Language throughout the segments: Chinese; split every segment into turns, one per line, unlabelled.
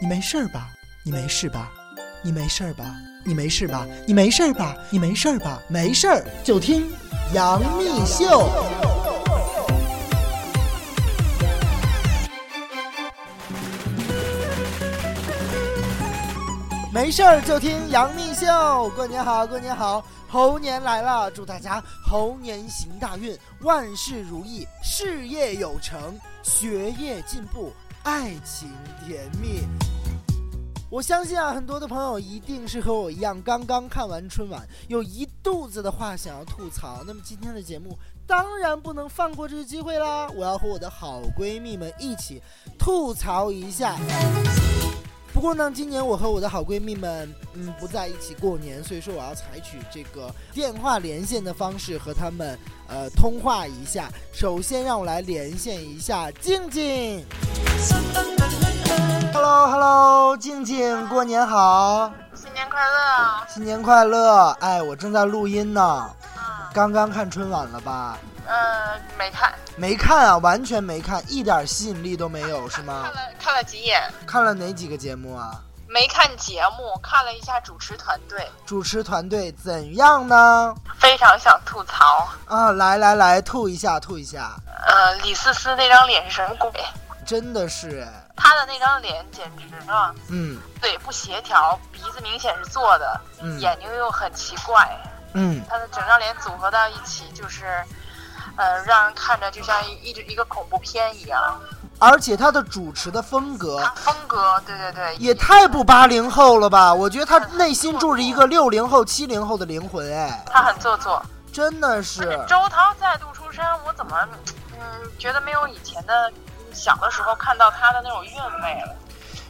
你没事儿吧？你没事吧？你没事儿吧？你没事吧？你没事儿吧？你没事儿吧？没事儿就听杨幂秀。没事儿就听杨幂秀。过年好，过年好，猴年来了，祝大家猴年行大运，万事如意，事业有成，学业进步，爱情甜蜜。我相信啊，很多的朋友一定是和我一样，刚刚看完春晚，有一肚子的话想要吐槽。那么今天的节目当然不能放过这个机会啦！我要和我的好闺蜜们一起吐槽一下。不过呢，今年我和我的好闺蜜们，嗯，不在一起过年，所以说我要采取这个电话连线的方式和她们呃通话一下。首先，让我来连线一下静静。Hello Hello，静静，过年好，
新年快乐！
新年快乐！哎，我正在录音呢，
嗯，
刚刚看春晚了吧？
呃，没看，
没看啊，完全没看，一点吸引力都没有，是吗
看？了看了几眼，
看了哪几个节目啊？
没看节目，看了一下主持团队，
主持团队怎样呢？
非常想吐槽。
啊，来来来，吐一下，吐一下，
呃，李思思那张脸是什么鬼？
真的是哎，
她的那张脸简直啊，
嗯
嘴不协调，鼻子明显是做的，
嗯
眼睛又很奇怪，
嗯
她的整张脸组合到一起就是。呃，让人看着就像一一直一个恐怖片一样，
而且他的主持的风格
她风格，对对对，
也太不八零后了吧！我觉得他内心住着一个六零后、七零后的灵魂，哎，
她很做作，
真的
而且
是，
周涛再度出山，我怎么嗯觉得没有以前的嗯小的时候看到他的那种韵味了？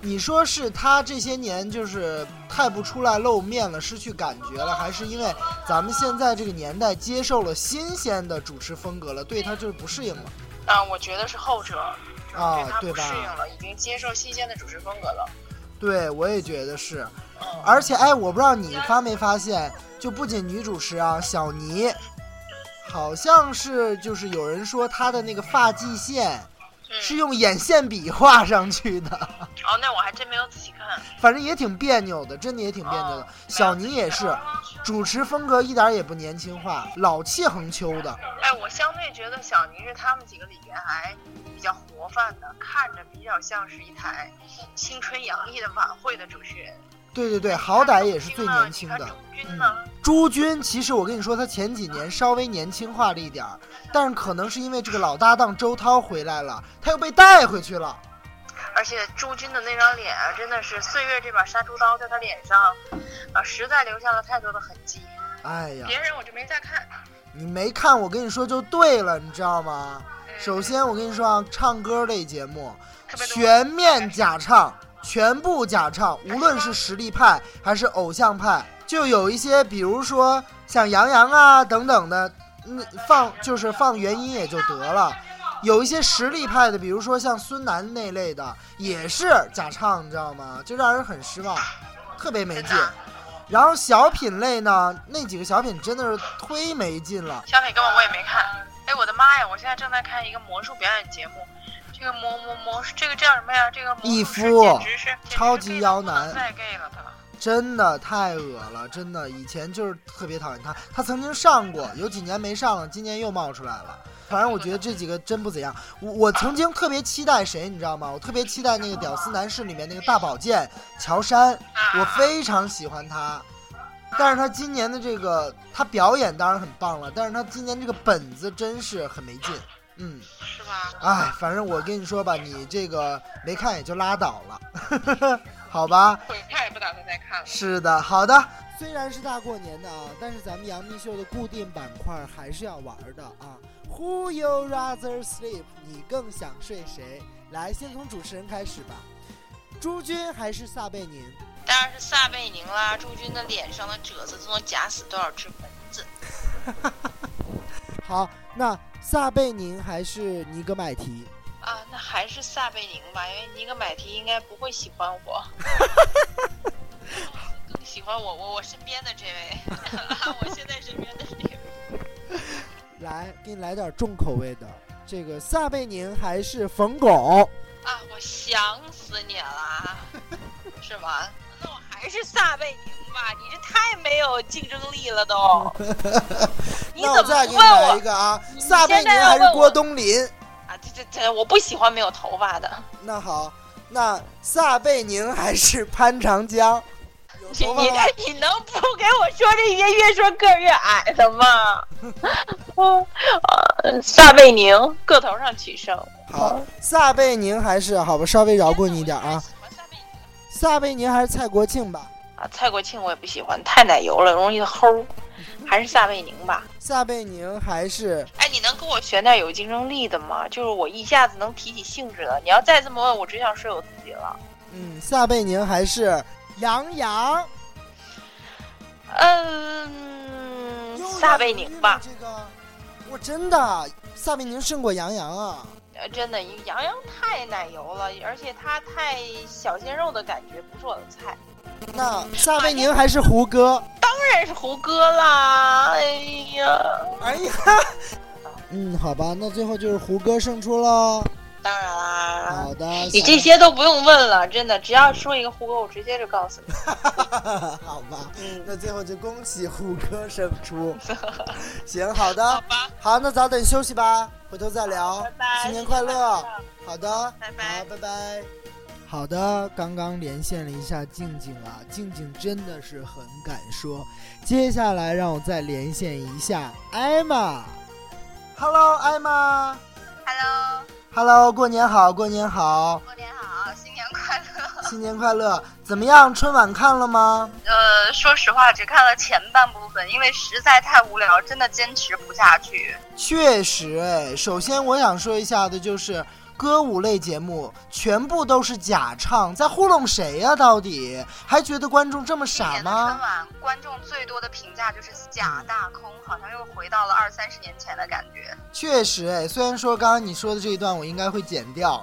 你说是他这些年就是太不出来露面了，失去感觉了，还是因为咱们现在这个年代接受了新鲜的主持风格了，对他就是不适应了？
嗯、我觉得是后者，就是
啊
对他
对
不
吧
适应了，已经接受新鲜的主持风格了。
对，我也觉得是。
嗯，
而且，哎，我不知道你发没发现，就不仅女主持啊，小尼，好像是就是有人说她的那个发际线是用眼线笔画上去的，
嗯哦，那我还真没有仔细看。
反正也挺别扭的，真的也挺别扭的。小尼也是，主持风格一点也不年轻化，老气横秋的。
哎，我相对觉得小尼是他们几个里边还比较活泛的，看着比较像是一台青春洋溢的晚会的主持人。
对对对，好歹也是最年轻
你
的嗯
看。朱军呢？
朱军，其实我跟你说，他前几年稍微年轻化了一点儿，但是可能是因为这个老搭档周涛回来了，他又被带回去了。
而且朱军的那张脸啊，真的是岁月这把杀猪刀在他脸上，啊，实在留下了太多的痕迹。
哎呀，
别人我就没再看。
你没看，我跟你说就对了，你知道吗？
嗯
首先，我跟你说啊，唱歌类节目
特别多
全面假唱，全部假唱，无论是实力派还是偶像派，就有一些，比如说像杨洋啊等等的，嗯，放就是放原音也就得了。有一些实力派的，比如说像孙楠那类的，也是假唱，你知道吗？就让人很失望，特别没
真
劲。
的，
然后小品类呢，那几个小品真的是忒没劲了。
小品根本我也没看。哎，我的妈呀！我现在正在看一个魔术表演节目，这个魔魔魔术，这个叫什么呀？这个魔术
一
师
夫
简直是简直是
超级
gay
妖
到不能
男
再 gay 了他。
真的太恶了，真的，以前就是特别讨厌他。他曾经上过，有几年没上了，今年又冒出来了。反正我觉得这几个真不怎样。我我曾经特别期待谁，你知道吗？我特别期待那个《屌丝男士》里面那个大保健乔杉，我
啊
非常喜欢他。但是他今年的这个，他表演当然很棒了，但是他今年这个本子真是很没劲。嗯，
是吧？
哎，反正我跟你说吧，你这个没看也就拉倒了， 好吧？
回看也不打算再看了。
是的，好的。虽然是大过年的啊，但是咱们杨幂秀的固定板块还是要玩的啊。Who you rather sleep？你更想睡谁？来，先从主持人开始吧。朱军还是撒贝宁？
当然是撒贝宁啦！朱军的脸上的褶子都能夹死多少只蚊子？
好，那撒贝宁还是尼格买提？
啊，那还是撒贝宁吧，因为尼格买提应该不会喜欢我，更喜欢我我我身边的这位，我现在身边的这位。
来，给你来点重口味的。这个撒贝宁还是冯巩？
啊，我
我想死你了，是吗？那我还是撒贝宁吧，你这太没有竞争力 了都。你
那我
怎么
再
不
给你
问
来一
我
个啊，
你
撒贝
现
宁
在要
还是
问
郭
我
冬临？
啊？这这这，我不喜欢没有头发的。
那好，那撒贝宁还是潘长 江？有
你
头发
你
了吗？
你能不给我说这些越说个儿越矮的 吗？嗯呃，撒贝宁个头上取胜。
好，撒贝宁还是好吧，稍微饶过你一点
我还
啊。
喜欢撒贝宁
撒贝宁还是蔡国庆吧？
啊，蔡国庆我也不喜欢，太奶油了，容易齁。还是撒贝宁吧。
撒贝宁还是
哎，你能给我选点有竞争力的吗？就是我一下子能提起兴致的。你要再这么问，我只想睡我自己了。
嗯，撒贝宁还是杨洋？
嗯，
又
撒
让
贝
你
宁
遇
吧
到。这个，我真的撒贝宁胜过杨洋啊！
呃，真的，杨洋太奶油了，而且他太小鲜肉的感觉不是我的菜。
那撒贝宁还是胡歌？
当然是胡歌啦！哎呀，
哎呀，嗯，好吧，那最后就是胡歌胜出喽。
当然啦
好，的，
啊你
下
这些都不用问了，真的，只要说一个胡歌，我直接就告诉你。
好吧，
嗯，
那最后就恭喜胡歌胜 出。行，好的，
吧，
好，那早点休息吧，回头再聊。
拜拜，
新年快乐！好的，
拜
好，拜拜。好的，刚刚连线了一下静静啊，静静真的是很敢说。接下来让我再连线一下艾玛。Hello，艾玛。
Hello，
Hello，过年好，过年好，
过年好，新年快乐。
新年快乐！怎么样，春晚看了吗？
呃，说实话，只看了前半部分，因为实在太无聊，真的坚持不下去。
确实，哎，首先我想说一下的就是。歌舞类节目全部都是假唱，在糊弄谁呀、到底还觉得观众这么
今
傻
年的
吗
春？晚，观众最多的评价就是假大空，好像又回到了二三十年前的感觉。
确实，哎，虽然说刚刚你说的这一段我应该会剪掉，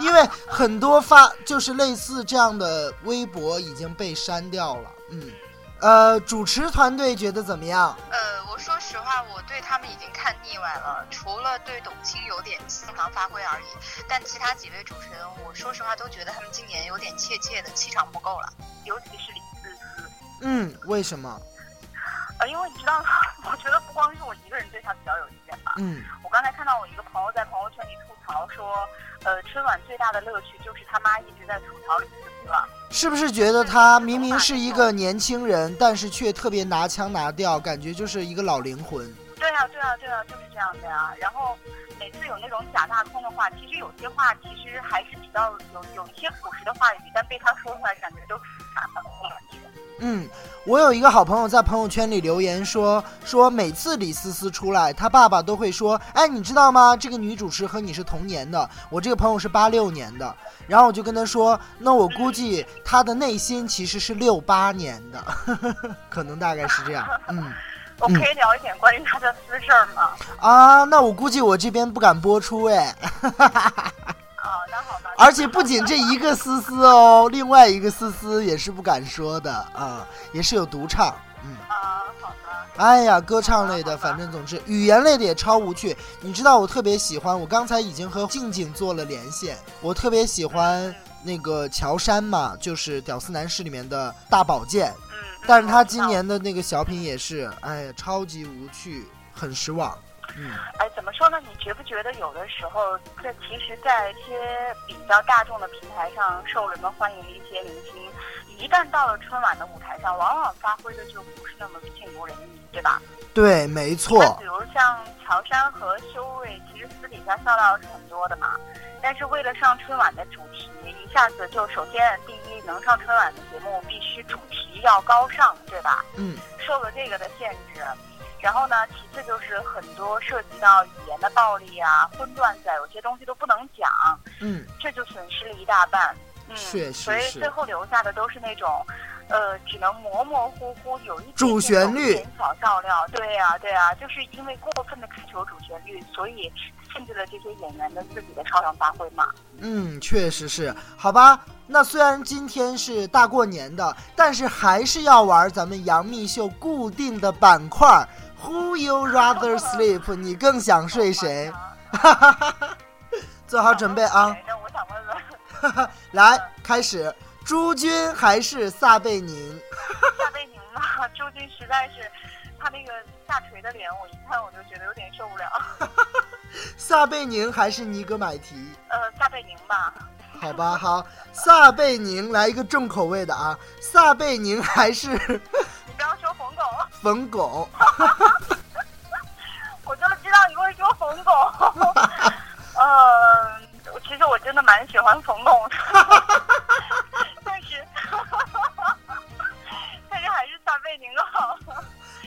因为很多发就是类似这样的微博已经被删掉了。嗯，呃，主持团队觉得怎么样？
呃，我说实话，我对他们已经看腻歪了，除了对董卿有点正常发挥而已，但其他几位主持人，我说实话都觉得他们今年有点怯怯的，气场不够了，尤其是李思思，
嗯，为什么？
呃，因为你知道， 我觉得不光是我一个人对他比较有意见吧，
嗯，
我刚才看到我一个朋友在朋友圈里吐槽说，呃，春晚最大的乐趣就是他妈一直在吐槽李思思了，
是不是觉得他明明是一个年轻人，但是却特别拿腔拿调，感觉就是一个老灵魂？
对啊，对啊，对啊，就是这样的呀、然后每次有那种假大空的话，其实有些话其实还是比较有有一些朴实的话语，但被他说出来，感觉都是假大空了。
嗯，我有一个好朋友在朋友圈里留言说，说每次李思思出来，她爸爸都会说，哎，你知道吗？这个女主持和你是同年的，我这个朋友是八六年的。然后我就跟他说，那我估计她的内心其实是六八年的， 可能大概是这样。嗯。
我可以聊一点关于他的私事儿吗？
啊，那我估计我这边不敢播出哎，
啊，那好吧。
而且不仅这一个思思哦，另外一个思思也是不敢说的啊，也是有独唱，嗯，
啊，好吧。
哎呀，歌唱类的，反正总之语言类的也超无趣。你知道我特别喜欢，我刚才已经和静静做了连线，我特别喜欢那个乔杉嘛，就是《屌丝男士》里面的大保健，
嗯，
但是他今年的那个小品也是，哎呀，超级无趣，很失望，嗯。
哎，怎么说呢？你觉不觉得有的时候，这其实，在一些比较大众的平台上受人们欢迎的一些明星，一旦到了春晚的舞台上，往往发挥的就不是那么尽如人意，对吧？
对，没
那
错
比，如像乔杉和修睿，其实私底下笑料是很多的嘛，但是为了上春晚的主题，一下子就首先第一，能上春晚的节目必须主题要高尚，对吧？
嗯。
受了这个的限制。然后呢，其次就是很多涉及到语言的暴力啊、荤段子，啊，有些东西都不能讲，
嗯。
这就损失了一大半。嗯，
确实
所以
是
最后留下的都是那种，呃，只能模模糊糊有一点
主旋律
点小笑料。对呀、对呀、就是因为过分的追求主旋律，所以限制了这些演员的自己的超常发挥嘛。
嗯，确实是，好吧。那虽然今天是大过年的，但是还是要玩咱们杨幂秀固定的板块儿，Who you rather sleep？你更想睡谁？做好准备啊！
谁的？我想问问，
来，开始。朱军还是撒贝宁？
夏贝宁啊，周军实在是，他那个下垂的脸，我一看我就觉得有点受不了。
撒贝宁还是尼格买提？
呃，夏贝宁吧，
好吧，好，撒贝宁来一个重口味的啊！撒贝宁还是
你不要说冯巩，
冯巩？
我就知道你会说冯 巩。呃，我其实我真的蛮喜欢冯巩的，但是，但是还是撒贝宁好，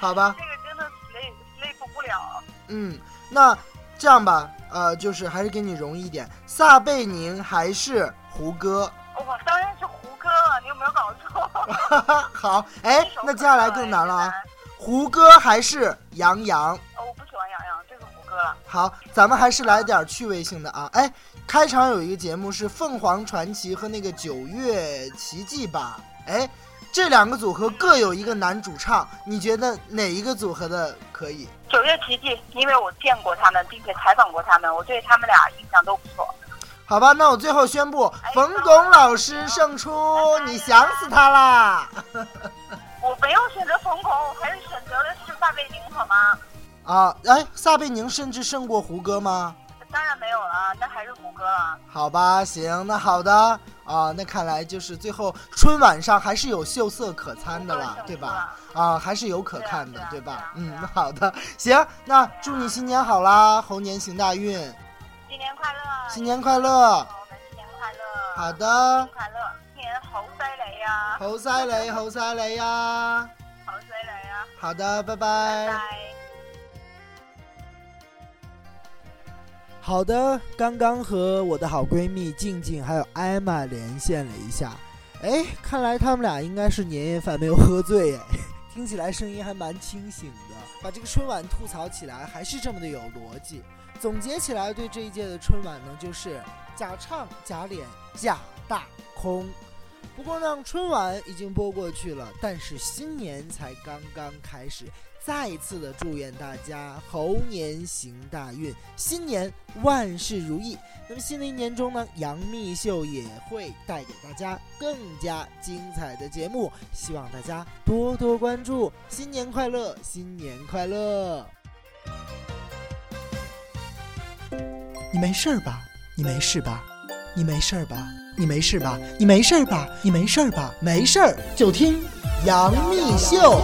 好吧，
啊这个真的 slay slay 服不了。
嗯，那这样吧，呃，就是还是给你容易一点。撒贝宁还是胡歌？
我当然是胡歌了，你有没有搞错？
好，哎
这首，
那
歌
接下来更难了啊！胡歌还是杨洋？
哦，我不喜欢杨洋，这是胡歌了。
好，咱们还是来点趣味性的啊！哎，开场有一个节目是凤凰传奇和那个九月奇迹吧？哎，这两个组合各有一个男主唱，你觉得哪一个组合的可以？
九月奇迹，因为我见过他们，并且采访过他们，我对他们俩印象都不错。
好吧，那我最后宣布，冯巩老师胜出，你想死他啦！
我没有选择冯巩，我还是选择了是撒贝宁，好吗？
啊，哎，撒贝宁甚至胜过胡歌吗？
当然没有了，那还是胡歌了。
好吧，行，那好的啊，那看来就是最后春晚上还是有秀色可餐的啦，对吧？啊，还是有可看的，嗯对吧？嗯，好的，行，那祝你新年好啦，猴年行大运，
新年快乐！
新年快乐！
朋友们，新年快乐！
好
新
的
年，快乐！新年猴塞雷呀、
猴塞雷，猴塞雷呀！
猴塞雷呀、
好的，拜
拜
拜。
拜。
好的，刚刚和我的好闺蜜静静还有艾玛连线了一下，哎，看来他们俩应该是年夜饭没有喝醉哎， 听起来声音还蛮清醒的。把这个春晚吐槽起来还是这么的有逻辑。总结起来，对这一届的春晚呢，就是假唱、假脸、假大空。不过呢，春晚已经播过去了，但是新年才刚刚开始，再一次的祝愿大家猴年行大运，新年万事如意。那么新的一年中呢，杨幂秀也会带给大家更加精彩的节目，希望大家多多关注。新年快乐，新年快乐！
你没事儿吧？你没事吧？你没事儿吧？你没事吧？你没事儿吧？你没事儿吧？没事儿就听
杨幂秀。